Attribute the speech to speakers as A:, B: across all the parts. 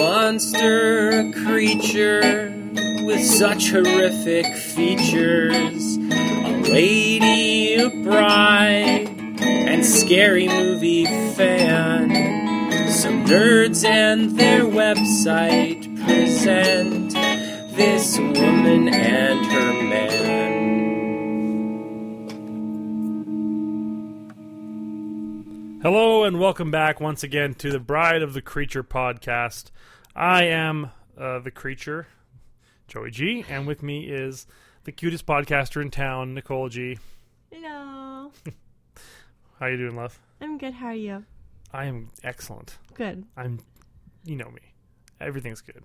A: monster, a creature with such horrific features. A lady, a bride, and scary movie fan. Some nerds and their website present this woman and her man.
B: Hello and welcome back once again to the Bride of the Creature podcast. I am uh, the creature, Joey G, and with me is the cutest podcaster in town, Nicole G.
C: Hello.
B: How you doing, love?
C: I'm good. How are you?
B: I am excellent.
C: Good.
B: I'm, you know me. Everything's good.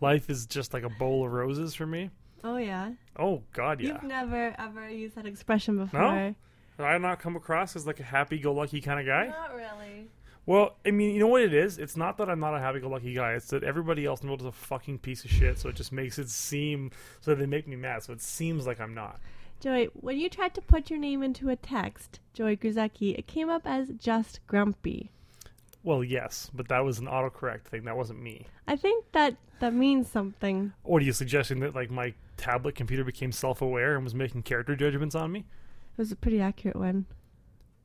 B: Life is just like a bowl of roses for me.
C: Oh yeah.
B: Oh God, yeah.
C: You've never ever used that expression before.
B: Have I not come across as like a happy-go-lucky kind of guy?
C: Not really.
B: Well, I mean, you know what it is? It's not that I'm not a happy go lucky guy. It's that everybody else in the world is a fucking piece of shit. So it just makes it seem, so they make me mad. So it seems like I'm not.
C: Joey, when you tried to put your name into a text, Joey Gruzecki, it came up as just grumpy.
B: Well, yes, but that was an autocorrect thing. That wasn't me.
C: I think that that means something.
B: What are you suggesting that, like, my tablet computer became self aware and was making character judgments on me?
C: It was a pretty accurate one.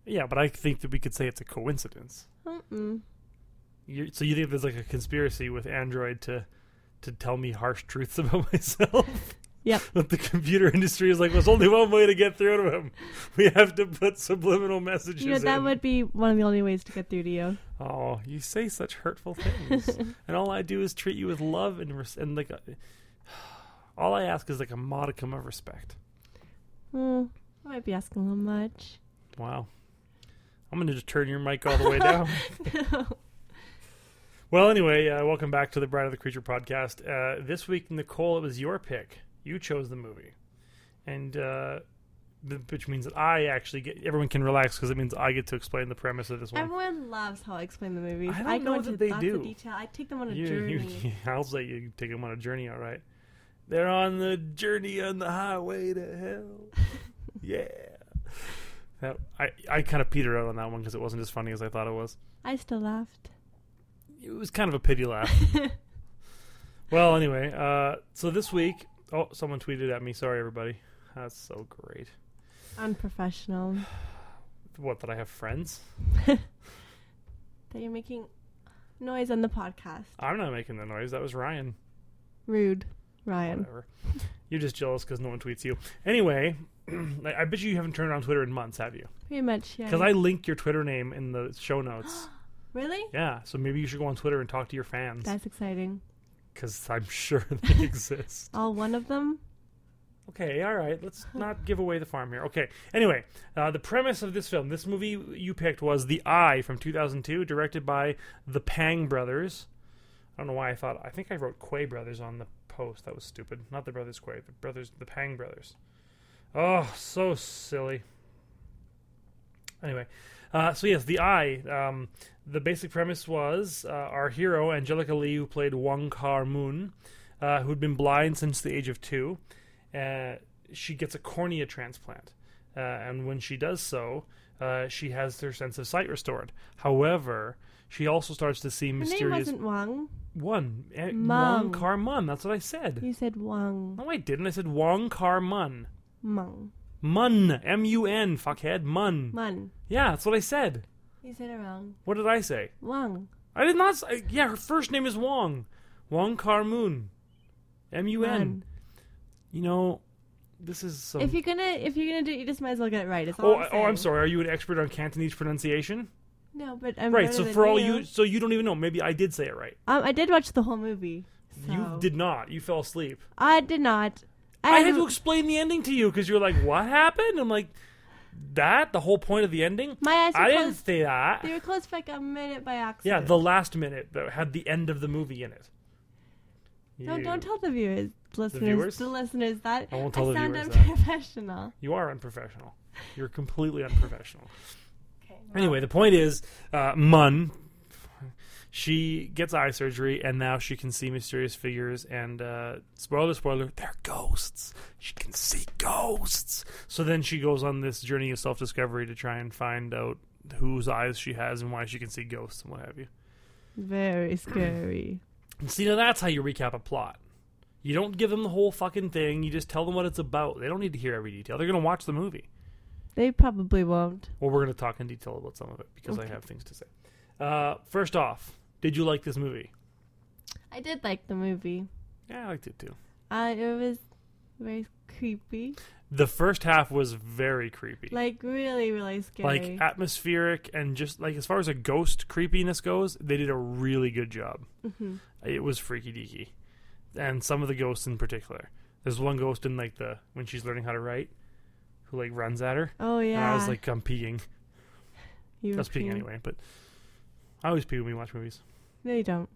B: Yeah, but I think that we could say it's a coincidence.
C: Mm-mm.
B: you so you think there's like a conspiracy with Android to to tell me harsh truths about myself?
C: Yep.
B: that the computer industry is like, there's only one way to get through to him. We have to put subliminal messages.
C: You know that
B: in.
C: would be one of the only ways to get through to you.
B: Oh, you say such hurtful things, and all I do is treat you with love and res- and like, a, all I ask is like a modicum of respect.
C: Hmm. I might be asking a little much.
B: Wow. I'm going to just turn your mic all the way down. Well, anyway, uh, welcome back to the Bride of the Creature podcast. Uh, this week, Nicole, it was your pick. You chose the movie, and uh, th- which means that I actually get everyone can relax because it means I get to explain the premise of this one.
C: Everyone loves how I explain the movies.
B: I don't
C: go
B: know
C: into
B: that they
C: lots
B: do.
C: Of detail. I take them on a
B: You-
C: journey.
B: you- I'll say you take them on a journey. All right, they're on the journey on the highway to hell. yeah, that, I I kind of petered out on that one because it wasn't as funny as I thought it was.
C: I still laughed.
B: it was kind of a pity laugh. well, anyway, uh, so this week, oh, someone tweeted at me. Sorry, everybody. That's so great.
C: Unprofessional.
B: What that I have friends?
C: That you're making noise on the podcast.
B: I'm not making the noise. That was Ryan.
C: Rude, Ryan.
B: Whatever. You're just jealous because no one tweets you. Anyway, like, I bet you haven't turned on Twitter in months, have you?
C: Pretty much, yeah.
B: Because I link your Twitter name in the show notes.
C: really?
B: yeah, so maybe you should go on Twitter and talk to your fans
C: That's exciting.
B: because I'm sure they exist.
C: All one of them.
B: Okay, all right. Let's not give away the farm here. Okay. Anyway, uh, the premise of this film, this movie you picked was The Eye from 2002, directed by the Pang brothers. I don't know why I thought. I think I wrote Quay brothers on the post. That was stupid. Not the brothers Quay. The brothers, the Pang brothers. Oh, so silly. Anyway, uh, so yes, The Eye. Um, the basic premise was uh, our hero Angelica Lee, who played Wong Kar Moon, uh, who'd been blind since the age of two uh, she gets a cornea transplant. Uh, and when she does so, uh, she has her sense of sight restored. However, she also starts to see
C: Her name
B: mysterious
C: wasn't Wang.
B: one eh, Wong
C: Mung.
B: Kar Mun. That's what I said.
C: You said Wang.
B: No, I didn't. I said Wong Kar Mun.
C: Mung.
B: Mun. M U N. Fuckhead. Mun.
C: Mun.
B: Yeah, that's what I said.
C: You said it wrong.
B: What did I say?
C: Wang.
B: I did not. Say, yeah, her first name is Wong. Wong Kar Moon. M U N.
C: Mun.
B: You know, this is some.
C: If you're gonna, if you're gonna do, it, you just might as well get it right. It's all
B: Oh,
C: I'm
B: I- oh, I'm
C: saying.
B: sorry. Are you an expert on Cantonese pronunciation?
C: No, but I'm
B: right.
C: better
B: So
C: than
B: for all you, so you don't even know. Maybe I did say it right.
C: um, I did watch the whole movie. So.
B: You did not. You fell asleep.
C: I did not.
B: I had
C: haven't-
B: to explain the ending to you because you're like, "What happened?" I'm like, "That the whole point of the ending."
C: My eyes were
B: I didn't
C: closed.
B: say that.
C: They were close for like a minute by
B: Yeah,
C: accident.
B: the last minute that had the end of the movie in it.
C: No,
B: you,
C: don't tell the viewers, listeners, the,
B: viewers?
C: listeners that
B: I won't tell the
C: sound
B: viewers that.
C: unprofessional.
B: You are unprofessional. You're completely unprofessional.
C: Okay.
B: Anyway, the point is, uh, Mun, she gets eye surgery, and now she can see mysterious figures. And uh, spoiler, spoiler, they're ghosts. She can see ghosts. So then she goes on this journey of self discovery to try and find out whose eyes she has and why she can see ghosts and what have you.
C: Very scary.
B: See, now that's how you recap a plot. You don't give them the whole fucking thing. You just tell them what it's about. They don't need to hear every detail. They're going to watch the movie.
C: They probably won't.
B: Well, we're going to talk in detail about some of it because I have things to say. Uh, first off, did you like this movie?
C: I did like the movie.
B: Yeah, I liked it too.
C: Uh, it was very creepy.
B: The first half was very creepy.
C: Like, really, really scary.
B: Like atmospheric and just like as far as a ghost creepiness goes, they did a really good job.
C: Mhm.
B: It was freaky deaky, and some of the ghosts in particular. There's one ghost in like the when she's learning how to write, who like runs at her.
C: Oh, yeah.
B: And I was like, I'm peeing.
C: you
B: I
C: were
B: was peeing
C: peeing.
B: anyway, but I always pee when we watch movies.
C: No, you don't.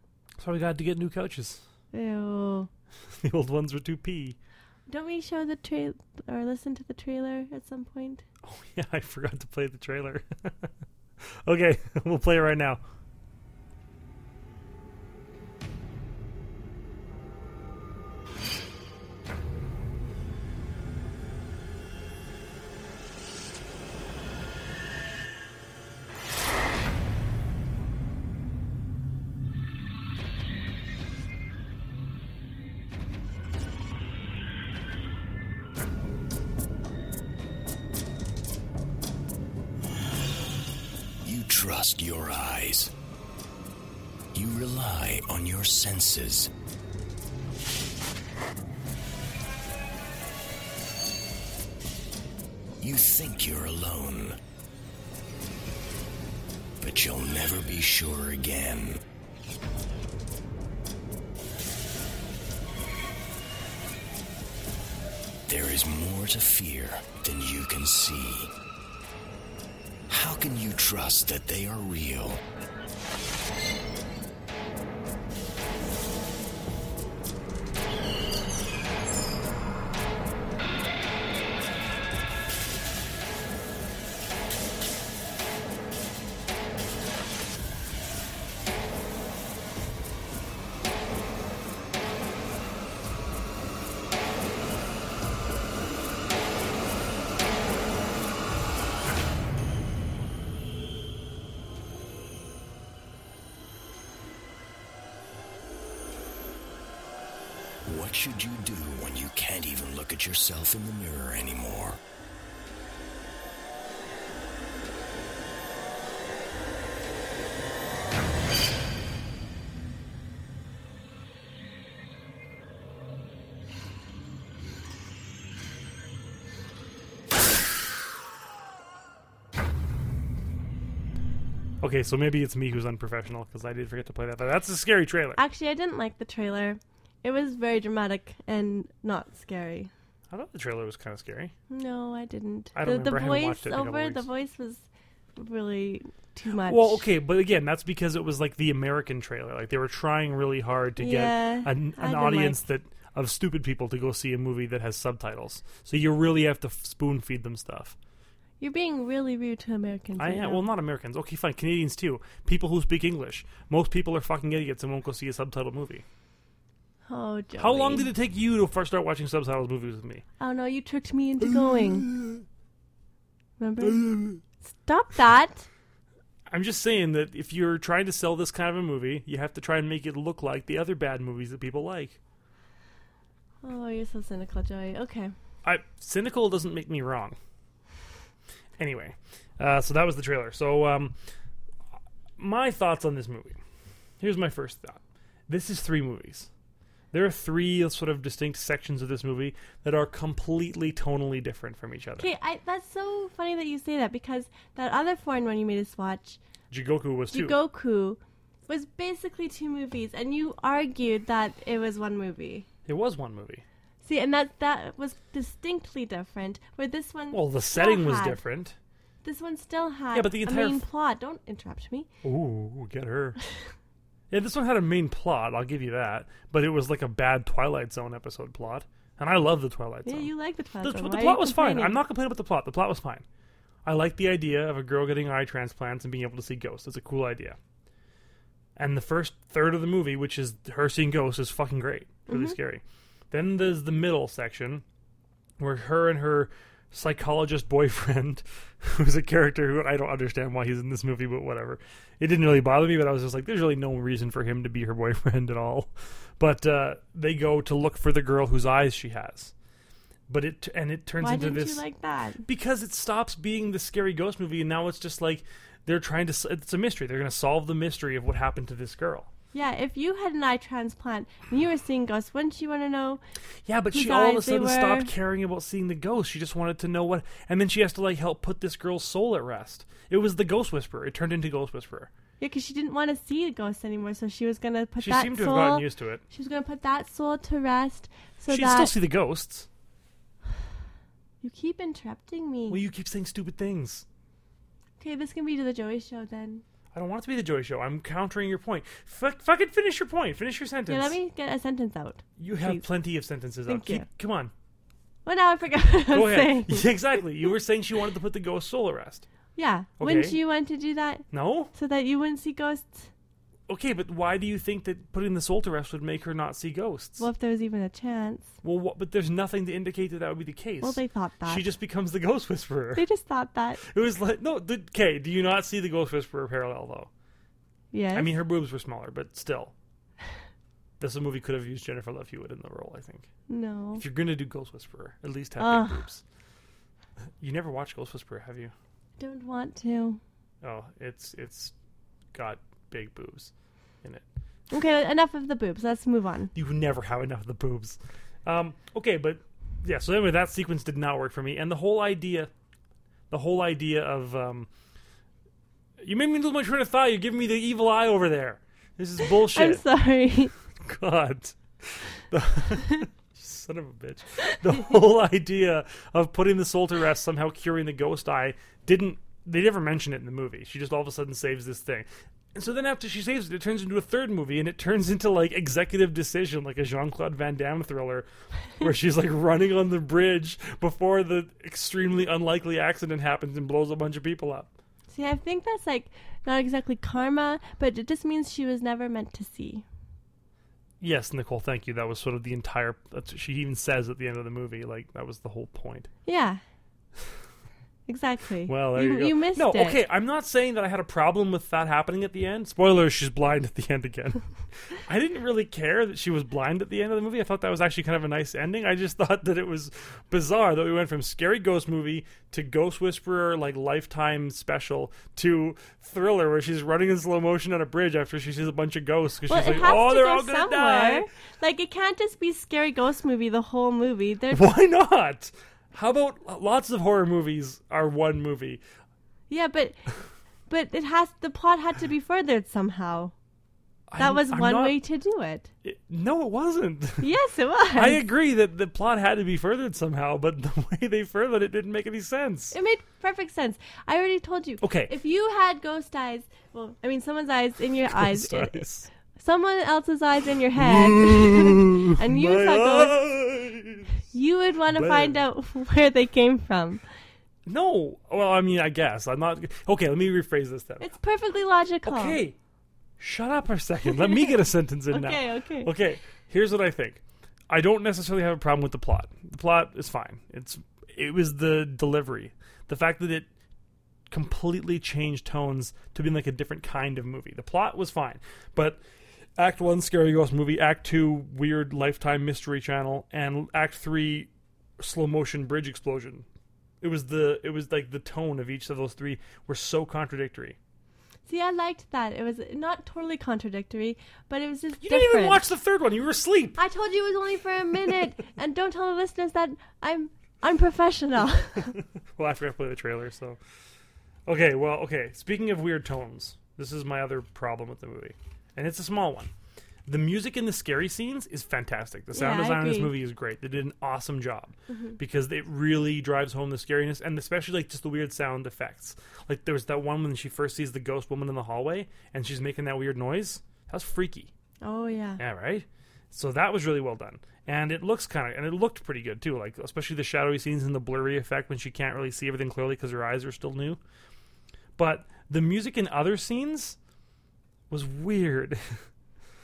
B: So we got to get new couches.
C: Ew.
B: the old ones were too pee.
C: Don't we show the trail or listen to the trailer at some point?
B: Yeah, I forgot to play the trailer. okay, we'll play it right now.
D: You trust your eyes. You rely on your senses. You think you're alone. But you'll never be sure again. There is more to fear than you can see. How can you trust that they are real? What should you do when you can't even look at yourself in the mirror anymore?
B: Okay, so maybe it's me who's unprofessional because I did forget to play that. But that's a scary trailer.
C: Actually, I didn't like the trailer. It was very dramatic and not scary.
B: I thought the trailer was kind of scary.
C: No, I didn't.
B: I don't
C: the, the
B: remember. I haven't watched
C: voice
B: it in a couple
C: over the
B: weeks.
C: voice was really too much.
B: Well, okay, but again, that's because it was like the American trailer. Like they were trying really hard to
C: Yeah,
B: get an,
C: I
B: an
C: didn't
B: audience that of stupid people to go see a movie that has subtitles. So you really have to spoon feed them stuff.
C: You're being really rude to Americans.
B: I
C: right
B: am.
C: now.
B: Well, not Americans. Okay, fine. Canadians too. People who speak English. Most people are fucking idiots and won't go see a subtitled movie.
C: Oh, Joey.
B: How long did it take you to first start watching subtitled movies with me?
C: Oh no, you tricked me into going. Remember? Stop that.
B: I'm just saying that if you're trying to sell this kind of a movie, you have to try and make it look like the other bad movies that people like.
C: Oh, you're so cynical, Joey. Okay.
B: I cynical doesn't make me wrong. Anyway, uh, so that was the trailer. So um, my thoughts on this movie. Here's my first thought. This is three movies. There are three sort of distinct sections of this movie that are completely tonally different from each other.
C: Okay, I, that's so funny that you say that because that other foreign one you made us watch,
B: Jigoku was two.
C: Jigoku, was basically two movies, and you argued that it was one movie.
B: it was one movie.
C: See, and that that was distinctly different. Where this one,
B: Well, the
C: still
B: setting was
C: had-
B: different.
C: This one still had
B: Yeah, but the entire
C: a main
B: f-
C: plot. Don't interrupt me.
B: Ooh, get her. yeah, this one had a main plot, I'll give you that, but it was like a bad Twilight Zone episode plot. And I love the Twilight
C: Yeah,
B: Zone.
C: you like the plot.
B: the,
C: Zone.
B: the
C: Why are
B: plot
C: you
B: was fine. I'm
C: complaining?
B: not complaining about the plot. The plot was fine. I like the idea of a girl getting eye transplants and being able to see ghosts. It's a cool idea. And the first third of the movie, which is her seeing ghosts, is fucking
C: Mm-hmm.
B: great. Really scary. Then there's the middle section where her and her psychologist boyfriend, who's a character who I don't understand why he's in this movie, but whatever. It didn't really bother me, but I was just like, there's really no reason for him to be her boyfriend at all. But uh, they go to look for the girl whose eyes she has. But it and it turns
C: Why
B: into
C: didn't
B: this
C: you like that?
B: because it stops being the scary ghost movie and now it's just like they're trying to s- it's a mystery they're going to solve the mystery of what happened to this girl
C: Yeah, if you had an eye transplant and you were seeing ghosts, wouldn't you want to know?
B: yeah but
C: Whose
B: she all of a
C: eyes they
B: sudden
C: were.
B: stopped caring about seeing the ghost she just wanted to know what and then she has to like help put this girl's soul at rest it was the ghost whisperer it turned into ghost whisperer
C: Yeah, because she didn't want to see the ghosts anymore, so she was gonna put
B: she
C: that
B: seemed to
C: soul.
B: have gotten used to it
C: she was gonna put that soul to rest, so
B: she'd
C: that
B: still see the ghosts
C: you keep interrupting me.
B: well you keep saying stupid things
C: okay, this can be to the Joey show then.
B: i don't want it to be the joy show i'm countering your point Fuck, fucking finish your point finish your sentence
C: Yeah, let me get a sentence out.
B: you have
C: please.
B: plenty of sentences
C: Thank
B: up. Keep,
C: you.
B: come on
C: Well, now I forgot what I
B: Go
C: was
B: ahead.
C: saying.
B: Yeah, exactly. You were saying she wanted to put the ghost soul arrest.
C: Yeah, wouldn't
B: Okay.
C: you want to do that
B: No?
C: so that you wouldn't see ghosts?
B: Okay, but why do you think that putting the soul to rest would make her not see ghosts?
C: Well,
B: Well,
C: if there was even a chance.
B: what, but there's nothing to indicate that that would be the case.
C: Well, they thought that.
B: She just becomes the ghost whisperer.
C: they just thought that.
B: It was like, no, the, okay, do you not see the ghost whisperer parallel, though?
C: Yes.
B: I mean, her boobs were smaller, but still. This movie could have used Jennifer Love Hewitt in the role, I think.
C: no.
B: If you're going to do Ghost Whisperer, at least have big
C: Ugh.
B: boobs. You never watched Ghost Whisperer, have you?
C: Don't want to.
B: Oh, it's it's got big boobs in it.
C: Okay, enough of the boobs. Let's move on.
B: you never have enough of the boobs. Um, okay, but yeah. So anyway, that sequence did not work for me, and the whole idea, the whole idea of um, you made me lose my train of thought. You're giving me the evil eye over there. This is
C: I'm
B: bullshit.
C: sorry.
B: God. The- Son of a bitch. The whole idea of putting the soul to rest, somehow curing the ghost eye, didn't. They never mention it in the movie. She just all of a sudden saves this thing. And so then after she saves it, it turns into a third movie and it turns into like executive decision, like a Jean Claude Van Damme thriller, where she's like running on the bridge before the extremely unlikely accident happens and blows a bunch of people up.
C: See, I think that's like not exactly karma, but it just means she was never meant to see.
B: Yes, Nicole, thank you. That was sort of the entire. That's, she even says at the end of the movie, like, that was the whole point.
C: Yeah. Exactly.
B: Well, there
C: you,
B: you, go.
C: missed
B: no,
C: it.
B: okay. I'm not saying that I had a problem with that happening at the end. Spoilers: she's blind at the end again. I didn't really care that she was blind at the end of the movie. I thought that was actually kind of a nice ending. I just thought that it was bizarre that we went from scary ghost movie to Ghost Whisperer like lifetime special to thriller where she's running in slow motion on a bridge after she sees a bunch of ghosts because
C: Well,
B: she's
C: it
B: like,
C: has
B: "Oh,
C: to
B: they're
C: go
B: all gonna
C: somewhere.
B: die."
C: Like it can't just be scary ghost movie the whole movie. There,
B: Why not? How about uh, lots of horror movies are one movie?
C: yeah, but but it has the plot had to be furthered somehow. That
B: I'm-
C: was
B: I'm
C: one
B: not-
C: way to do it.
B: It- no, it wasn't.
C: Yes, it was.
B: I agree that the plot had to be furthered somehow, but the way they furthered it didn't make any sense.
C: It made perfect sense. I already told you.
B: Okay.
C: If you had ghost eyes, well, I mean, someone's eyes in your eyes, eh,
B: Ghost eyes.
C: someone else's eyes in your head, and you
B: My
C: saw ghosts,
B: eyes.
C: you would want to
B: Bleh.
C: find out where they came from.
B: No. Well, I mean, I guess I'm not. Okay, let me rephrase this then.
C: It's perfectly logical.
B: Okay, shut up for a second. Let me get a sentence in now.
C: Okay, okay.
B: Okay, here's what I think. I don't necessarily have a problem with the plot. The plot is fine. It's it was the delivery, the fact that it completely changed tones to being like a different kind of movie. The plot was fine, but Act One scary ghost movie, Act Two weird Lifetime mystery channel, and Act Three slow motion bridge explosion. It was the it was like the tone of each of those three were so contradictory.
C: See, I liked that. It was not totally contradictory, but it was just
B: You
C: different.
B: didn't even watch the third one. You were asleep.
C: I told you it was only for a minute, and don't tell the listeners that I'm unprofessional.
B: Well, I forgot to play the trailer, so. Okay, well, okay. Speaking of weird tones, this is my other problem with the movie, and it's a small one. The music in the scary scenes is fantastic. The sound
C: Yeah, I
B: design in this
C: agree. Mm-hmm.
B: movie is great. They did an awesome job because it really drives home the scariness, and especially like just the weird sound effects. Like there was that one when she first sees the ghost woman in the hallway, and she's making that weird noise. That was freaky.
C: oh yeah.
B: Yeah, right. So that was really well done, and it looks kind of, and it looked pretty good too. Like especially the shadowy scenes and the blurry effect when she can't really see everything clearly because her eyes are still new. But the music in other scenes was weird.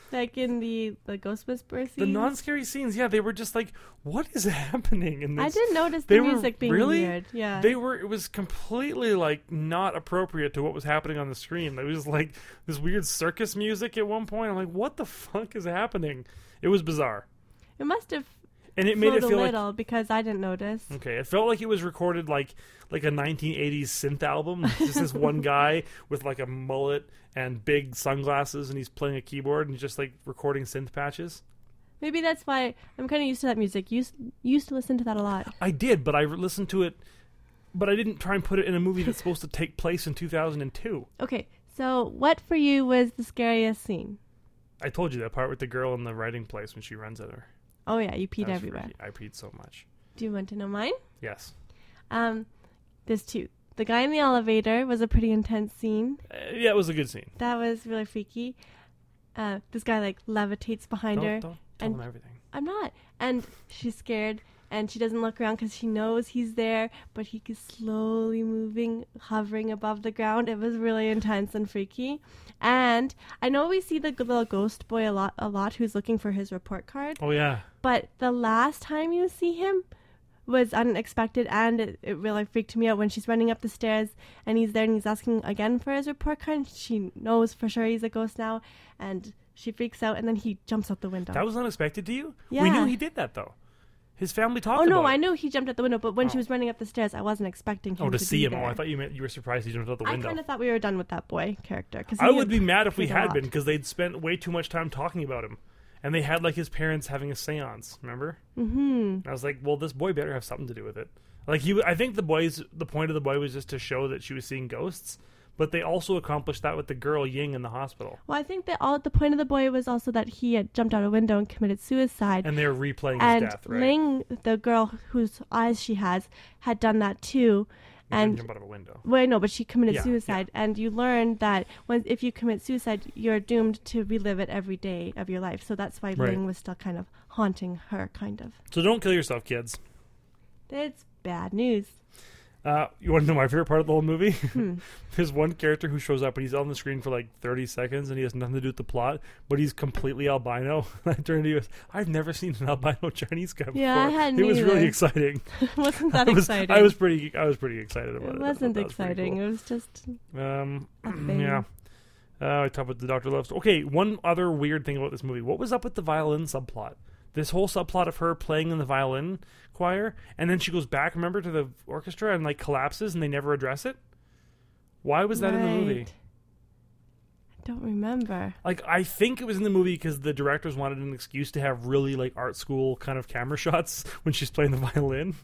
C: Like in the the Ghost Whisperer scene.
B: The non-scary scenes, yeah, they were just like, "What is happening?" in
C: I
B: this?
C: didn't notice
B: they
C: the
B: were
C: music being
B: really-
C: weird. Yeah.
B: They were. It was completely like not appropriate to what was happening on the screen. It was like this weird circus music at one point. I'm like, "What the fuck is happening?" It was bizarre,
C: it must have
B: and it made it
C: flowed a
B: feel like Mm.
C: little because I didn't notice.
B: Okay, it felt like it was recorded like like a 1980s synth album. It's Just this one guy with like a mullet and big sunglasses, and he's playing a keyboard and he's just like recording synth patches.
C: Maybe that's why I'm kind of used to that music. Used used to listen to that a lot.
B: I did, but I re- listened to it, but I didn't try and put it in a movie that's supposed to take place in 2002.
C: Okay, so what for you was the scariest scene?
B: I told you that part with the girl in the writing place when she runs at her.
C: Oh yeah, you
B: That
C: peed
B: was
C: everywhere.
B: freaky. I peed so much.
C: Do you want to know mine?
B: Yes,
C: Um, there's two. The guy in the elevator was a pretty intense scene.
B: uh, yeah, it was a good scene.
C: That was really freaky. Uh, this guy like levitates behind
B: Don't,
C: her.
B: don't tell
C: and-
B: them everything.
C: I'm not, and she's scared, and she doesn't look around because she knows he's there. But he is slowly moving, hovering above the ground. It was really intense and freaky. And I know we see the g- little ghost boy a lot, a lot, who's looking for his report card.
B: Oh yeah,
C: But the last time you see him was unexpected and it, it really freaked me out when she's running up the stairs and he's there and he's asking again for his report card. and She knows for sure he's a ghost now and she freaks out and then he jumps out the window.
B: that was unexpected to you. We
C: Yeah.
B: knew he did that though. His family talked
C: oh no,
B: about it.
C: I knew he jumped out the window, but when
B: Oh.
C: she was running up the stairs, I wasn't expecting him.
B: Oh, to,
C: be
B: see him.
C: there.
B: Oh, I thought you meant you were surprised he jumped out the
C: I
B: window.
C: kind of thought we were done with that boy character. Cause
B: I
C: he
B: would be mad if we
C: he's a
B: had
C: lot.
B: been because they'd spent way too much time talking about him, and they had like his parents having a séance. Remember?
C: Mhm.
B: And I was like, well, this boy better have something to do with it. Like he, I think the boys, the point of the boy was just to show that she was seeing ghosts, but they also accomplished that with the girl Ying in the hospital,
C: Well, I think that all the point of the boy was also that he had jumped out a window and committed suicide.
B: and they're replaying
C: and
B: his death. Right?
C: Ling, the girl whose eyes she has, had done that too.
B: He didn't
C: And
B: jump out of a window.
C: well, no, but she committed
B: Yeah, yeah.
C: suicide, and you learn that when if you commit suicide, you're doomed to relive it every day of your life. So that's why
B: Right.
C: Ling was still kind of haunting her, kind of.
B: So don't kill yourself, kids.
C: It's bad news.
B: Uh, you want to know my favorite part of the whole movie?
C: Hmm.
B: There's one character who shows up and he's on the screen for like 30 seconds and he has nothing to do with the plot, but he's completely albino. I turned to you, I've never seen an albino Chinese guy before.
C: Yeah, I hadn't
B: It was really
C: either.
B: exciting.
C: wasn't that
B: I was,
C: exciting?
B: I was pretty. I was pretty excited about it.
C: it
B: I thought
C: wasn't
B: that was pretty
C: exciting.
B: cool.
C: It was just
B: Um,
C: a thing.
B: yeah. Uh, I talked about the Doctor Loves. Okay, one other weird thing about this movie. What was up with the violin subplot? This whole subplot of her playing in the violin choir, and then she goes back, remember, to the orchestra and like collapses, and they never address it. Why was that in the movie?
C: Right. I don't remember.
B: Like, I think it was in the movie because the directors wanted an excuse to have really like art school kind of camera shots when she's playing the violin.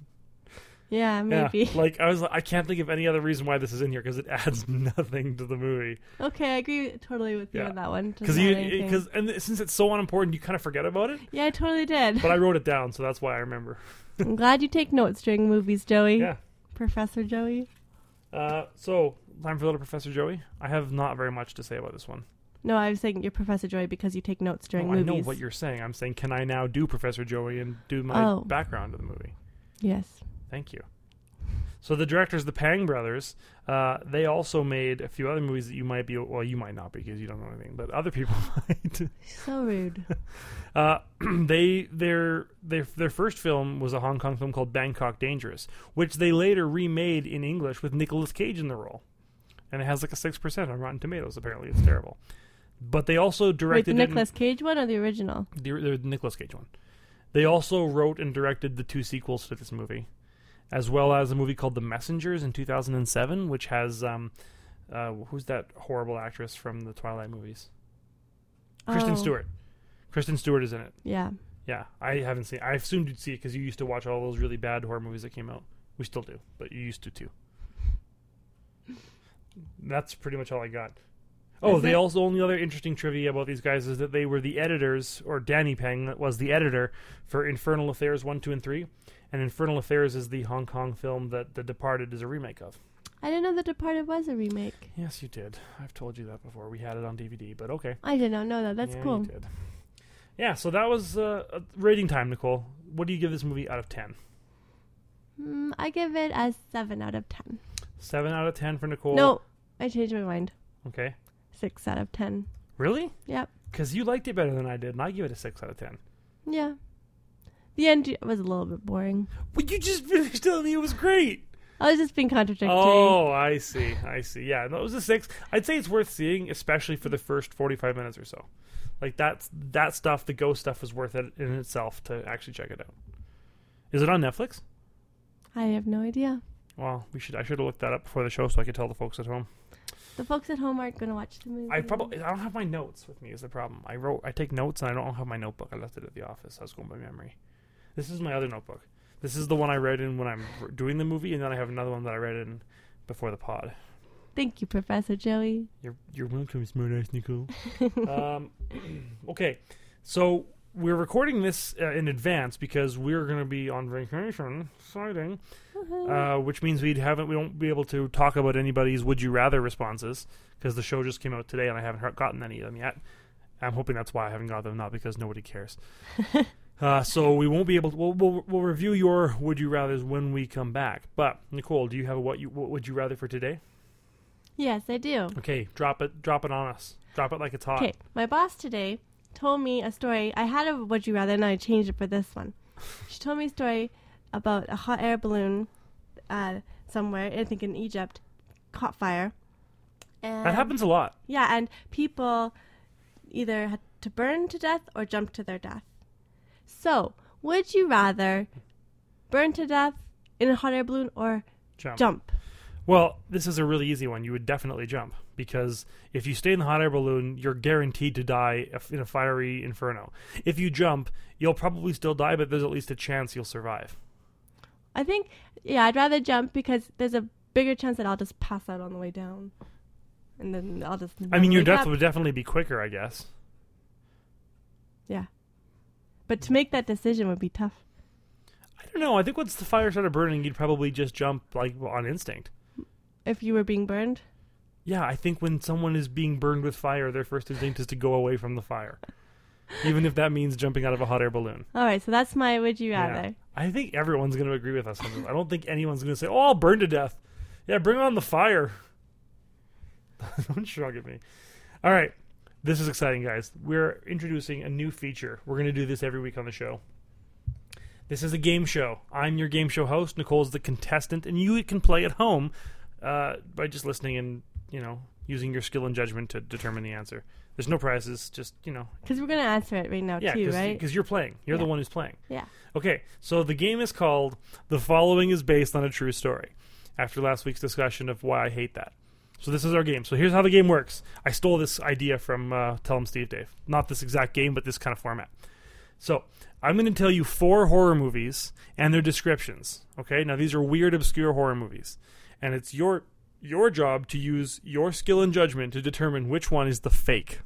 C: Yeah, maybe.
B: Yeah, like I was, like, I can't think of any other reason why this is in here because it adds nothing to the movie.
C: okay, I agree totally with you
B: Yeah.
C: on that one. Doesn't
B: Because
C: add
B: you,
C: anything.
B: because and since it's so unimportant, you kind of forget about it.
C: yeah, I totally did.
B: But I wrote it down, so that's why I remember.
C: I'm glad you take notes during movies, Joey.
B: Yeah.
C: Professor Joey.
B: Uh, so time for little Professor Joey. I have not very much to say about this one.
C: No, I was saying you're Professor Joey because you take notes during
B: No, Oh, I
C: movies.
B: know what you're saying. I'm saying, can I now do Professor Joey and do my
C: Oh.
B: background of the movie?
C: Yes.
B: Thank you. So the directors, the Pang brothers, uh, they also made a few other movies that you might be, well, you might not because you don't know anything, but other people might.
C: So rude.
B: Uh, they their their their first film was a Hong Kong film called Bangkok Dangerous, which they later remade in English with Nicolas Cage in the role, and it has like a six percent on Rotten Tomatoes. Apparently, it's terrible. But they also
C: Wait, the
B: directed it in-
C: Nicolas Cage one or the original?
B: the, the Nicolas Cage one. They also wrote and directed the two sequels to this movie, as well as a movie called The Messengers in 2007, which has um, uh, who's that horrible actress from the Twilight movies? Kristen
C: Oh,
B: Stewart. Kristen Stewart is in it.
C: Yeah.
B: Yeah, I haven't seen. I assumed you'd see it because you used to watch all those really bad horror movies that came out. We still do, but you used to too. That's pretty much all I got. Oh,
C: Is
B: they
C: it-
B: also only other interesting trivia about these guys is that they were the editors, or Danny Peng that was the editor for Infernal Affairs one, two, and three, and Infernal Affairs is the Hong Kong film that The Departed is a remake of.
C: I didn't know The Departed was a remake.
B: Yes, you did. I've told you that before. We had it on DVD, but okay.
C: I did not know that. That's
B: yeah, you
C: cool.
B: did. Yeah, so that was uh, uh, rating time, Nicole. What do you give this movie out of ten?
C: Mm, I give it a 7 out of 10.
B: Seven out of ten for Nicole.
C: No, I changed my mind.
B: Okay.
C: 6 out of 10.
B: Really?
C: Yep.
B: because you liked it better than I did, and I give it a six out of ten.
C: Yeah. The end was a little bit boring.
B: Well, you just finished telling me it was great.
C: I was just being contradictory.
B: Oh, I see. I see. Yeah, no, it was a six. I'd say it's worth seeing, especially for the first forty-five minutes or so. Like that's that stuff, the ghost stuff, was worth it in itself to actually check it out. Is it on Netflix?
C: I have no idea.
B: Well, we should. I should have looked that up before the show so I could tell the folks at home.
C: The folks at home aren't going to watch the movie.
B: I probably I don't have my notes with me. Is the problem? I wrote. I take notes and I don't have my notebook. I left it at the office. I was going by memory. This is my other notebook. This is the one I read in when I'm r- doing the movie, and then I have another one that I read in before the pod.
C: Thank you, Professor Joey.
B: You're you're welcome, smartass Nicole. um, okay, so we're recording this uh, in advance because we're going to be on vacation. Exciting. Uh, which means we haven't we won't be able to talk about anybody's would you rather responses because the show just came out today and I haven't heard- gotten any of them yet. I'm hoping that's why I haven't got them, not because nobody cares. uh, so we won't be able. To, we'll, we'll we'll review your would you rather's when we come back. But Nicole, do you have a what you what would you rather for today?
C: yes, I do.
B: Okay, drop it drop it on us. Drop it like it's hot.
C: Okay, my boss today told me a story. I had a would you rather, and I changed it for this one. She told me a story about a hot air balloon uh, somewhere, I think in Egypt, caught fire. And
B: That happens a lot.
C: Yeah, and people either had to burn to death or jump to their death. So, would you rather burn to death in a hot air balloon or
B: Jump.
C: jump?
B: Well, this is a really easy one. You would definitely jump because if you stay in the hot air balloon, you're guaranteed to die if- in a fiery inferno. If you jump, you'll probably still die, but there's at least a chance you'll survive.
C: I think, yeah, I'd rather jump because there's a bigger chance that I'll just pass out on the way down. And then I'll just.
B: I mean, your
C: wake
B: death
C: up.
B: would definitely be quicker, I guess.
C: Yeah. But to make that decision would be tough.
B: I don't know. I think once the fire started burning, you'd probably just jump like on instinct.
C: If you were being burned,
B: Yeah, I think when someone is being burned with fire, their first instinct is to go away from the fire, even if that means jumping out of a hot air balloon.
C: all right. So that's my would you
B: Yeah.
C: rather.
B: I think everyone's going to agree with us on this. I don't think anyone's going to say, "Oh, I'll burn to death." Yeah, bring on the fire. don't shrug at me. All right, this is exciting, guys. We're introducing a new feature. We're going to do this every week on the show. This is a game show. I'm your game show host. Nicole's the contestant, and you can play at home uh, by just listening and you know using your skill and judgment to determine the answer. There's no prizes, just you know,
C: because we're gonna answer it right now
B: yeah,
C: too,
B: because
C: right?
B: you're playing. You're the
C: Yeah.
B: one who's playing.
C: yeah.
B: Okay, so the game is called The Following is Based on a True Story, after last week's discussion of why I hate that. So this is our game. So here's how the game works. I stole this idea from uh, Tell 'em Steve Dave. Not this exact game, but this kind of format. So I'm going to tell you four horror movies and their descriptions. Okay, now these are weird, obscure horror movies, and it's your your job to use your skill and judgment to determine which one is the fake.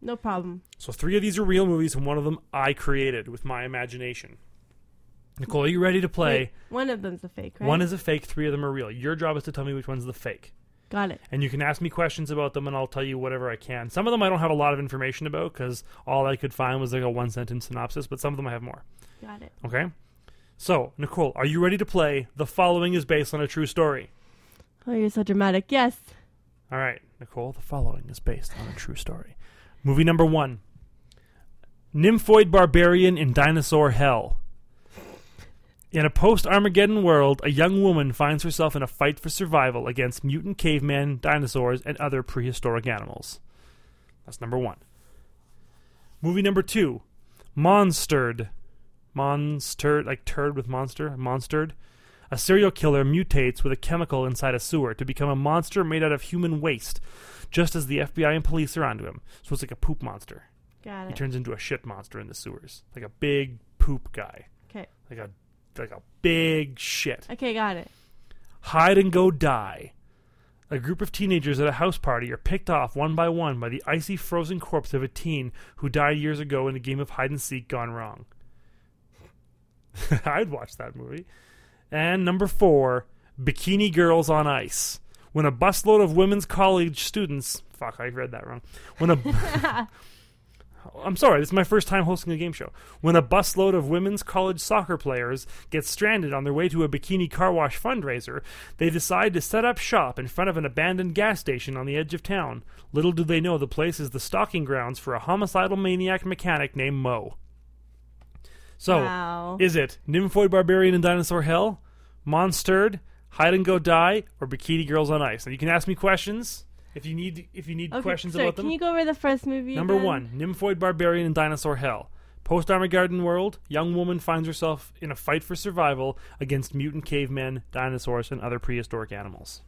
C: No problem.
B: So three of these are real movies, and one of them I created with my imagination. Nicole, are you ready to play?
C: Wait, one of them's a fake, right?
B: One is a fake, three of them are real. Your job is to tell me which one's the fake.
C: got it.
B: And you can ask me questions about them, and I'll tell you whatever I can. Some of them I don't have a lot of information about because all I could find was like a one sentence synopsis, but some of them I have more.
C: Got it.
B: Okay? So, Nicole, are you ready to play? The following is based on a true story.
C: Oh, you're so dramatic. Yes.
B: All right, Nicole, the following is based on a true story. Movie number one Nymphoid Barbarian in Dinosaur Hell. In a post Armageddon world, a young woman finds herself in a fight for survival against mutant cavemen, dinosaurs, and other prehistoric animals. That's number one. Movie number two Monstered. Monstered, like turd with monster? Monstered. A serial killer mutates with a chemical inside a sewer to become a monster made out of human waste, just as the FBI and police are onto him. So it's like a poop monster.
C: Got
B: He
C: it.
B: turns into a shit monster in the sewers, like a big poop guy,
C: Okay.
B: like a like a big shit.
C: Okay, got it.
B: Hide and go die. A group of teenagers at a house party are picked off one by one by the icy frozen corpse of a teen who died years ago in a game of hide and seek gone wrong. I'd watch that movie. And number four, Bikini Girls on Ice. When a busload of women's college students fuck, I read that wrong. When a I'm sorry, this is my first time hosting a game show. When a busload of women's college soccer players get stranded on their way to a bikini car wash fundraiser, they decide to set up shop in front of an abandoned gas station on the edge of town. Little do they know the place is the stalking grounds for a homicidal maniac mechanic named Mo. So,
C: Wow.
B: Oh, is it Nymphoid Barbarian in Dinosaur Hell, Monstered, Hide and Go Die, or Bikini Girls on Ice? And you can ask me questions if you need if you need
C: Okay,
B: questions
C: sorry,
B: about them.
C: Can you go over the first movie?
B: Number
C: again?
B: one, Nymphoid Barbarian and Dinosaur Hell. Post Armageddon World, young woman finds herself in a fight for survival against mutant cavemen, dinosaurs, and other prehistoric animals.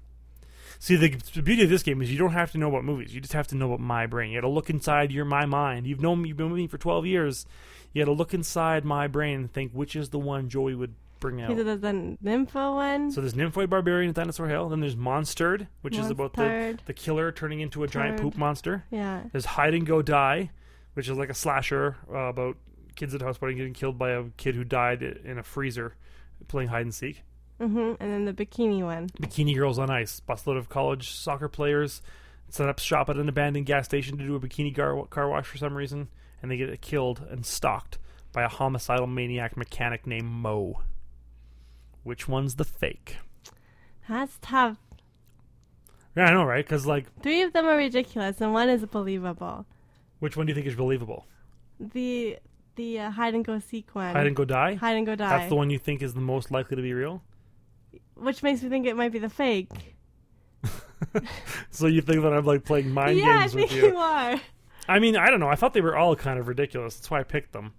B: See, the, the beauty of this game is you don't have to know about movies. You just have to know about my brain. You got to look inside your my mind. You've known me, you've been with me for twelve years. You got to look inside my brain and think which is the one Joey would bring out.
C: Either there's the Nympho one.
B: So there's Nymphoid Barbarian and Dinosaur Hell. Then there's Monstered, which is about the,
C: Monstered.
B: the killer turning into a giant
C: Turd.
B: poop monster.
C: yeah.
B: There's Hide and Go Die, which is like a slasher uh, about kids at a house party getting killed by a kid who died in a freezer playing hide and seek.
C: hmm And then the bikini one.
B: Bikini Girls on Ice, busload of college soccer players set up shop at an abandoned gas station to do a bikini gar- car wash for some reason, and they get killed and stalked by a homicidal maniac mechanic named Mo. Which one's the fake?
C: That's tough.
B: Yeah, I know, right? Because like,
C: Three of them are ridiculous, and one is believable.
B: which one do you think is believable?
C: The the uh, hide and go seek one.
B: Hide and go die.
C: Hide and go die.
B: That's the one you think is the most likely to be real.
C: Which makes me think it might be the fake.
B: So you think that I'm like playing mind
C: yeah, I
B: games
C: think
B: with
C: you
B: you?
C: are.
B: I mean, I don't know. I thought they were all kind of ridiculous. That's why I picked them.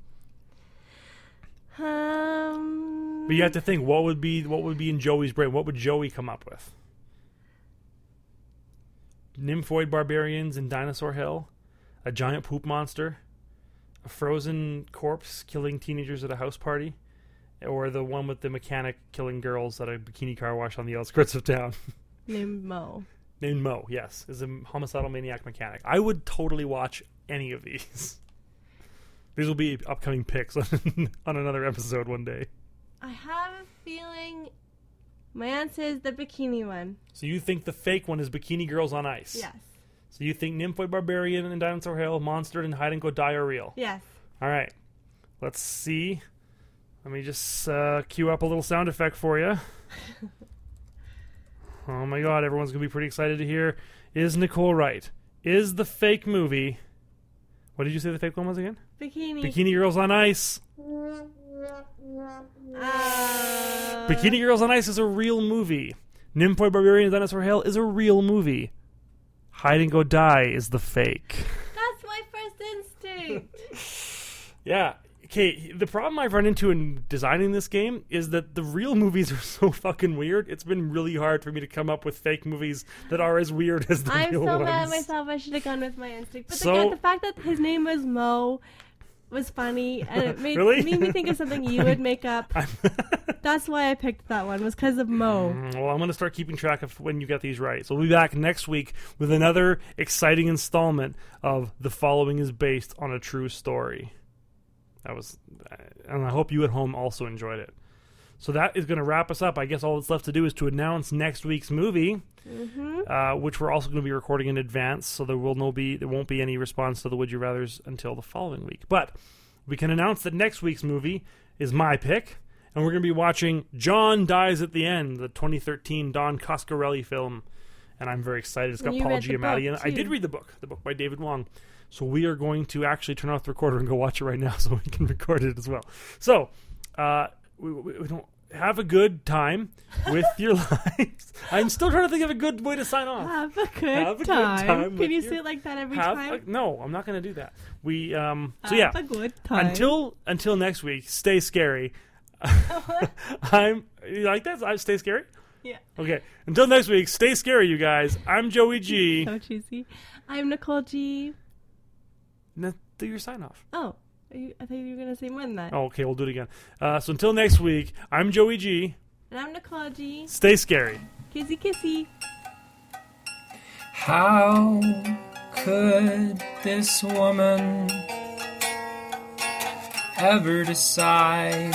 C: Um.
B: But you have to think what would be what would be in Joey's brain. What would Joey come up with? Nymphoid barbarians in dinosaur hell, a giant poop monster, a frozen corpse killing teenagers at a house party, or the one with the mechanic killing girls at a bikini car wash on the outskirts of town.
C: Limbo.
B: Named Mo, yes, is a homicidal maniac mechanic. I would totally watch any of these. These will be upcoming picks on, on another episode one day.
C: I have a feeling. My answer is the bikini one.
B: So you think the fake one is Bikini Girls on Ice?
C: Yes.
B: So you think Nymphoid Barbarian and Dinosaur Hill, Monster and Hide and Go Die are real?
C: Yes.
B: All right, let's see. Let me just uh, cue up a little sound effect for you. oh my god, everyone's gonna be pretty excited to hear. Is Nicole right? Is the fake movie? What did you say the fake one was again?
C: Bikini.
B: Bikini Girls on Ice.
C: Uh,
B: Bikini Girls on Ice is a real movie. Nymphoid Barbarian and Dinosaur Hale is a real movie. Hide and Go Die is the fake.
C: That's my first instinct.
B: Yeah. Okay, the problem I've run into in designing this game is that the real movies are so fucking weird. It's been really hard for me to come up with fake movies that are as weird as the
C: I'm so
B: real ones.
C: mad at myself. I should have gone with my instinct. But
B: So-
C: again, the fact that his name was Mo was funny, and it made,
B: Really?
C: made me think of something you would make up. That's why I picked that one was because of Mo.
B: Mm, Well, I'm going to start keeping track of when you got these right. So we'll be back next week with another exciting installment of The Following is Based on a True Story. That was, and I hope you at home also enjoyed it. So that is going to wrap us up. I guess all that's left to do is to announce next week's movie,
C: Mm-hmm.
B: uh, which we're also going to be recording in advance. So there will no be there won't be any response to the Would You Rather's until the following week. But we can announce that next week's movie is my pick, and we're going to be watching John Dies at the End, the 2013 Don Coscarelli film, and I'm very excited. It's got
C: You
B: Paul
C: read the book,
B: Giamatti, in it. I did
C: too.
B: read the book, the book by David Wong. So we are going to actually turn off the recorder and go watch it right now, so we can record it as well. So uh, we, we, we don't have a good time Mm. with your lives. I'm still trying to think of a good way to sign off.
C: Have a good
B: Have a good
C: time.
B: time with
C: Can you
B: your-
C: say it like that every
B: Have
C: time? Uh,
B: a- no, I'm not going to do that. We um. So
C: Have
B: yeah.
C: a good time.
B: Until until next week, stay scary. I'm you like that. I stay scary.
C: yeah,
B: Okay. Until next week, stay scary, you guys. I'm Joey G.
C: so cheesy. I'm Nicole G.
B: Now do your sign off.
C: Oh, are you, I thought you were gonna say more than that.
B: Oh, okay, we'll do it again. Uh, so until next week, I'm Joey G.
C: And I'm Nicole G.
B: Stay scary.
C: Kissy kissy.
A: How could this woman ever decide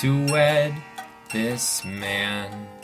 A: to wed this man?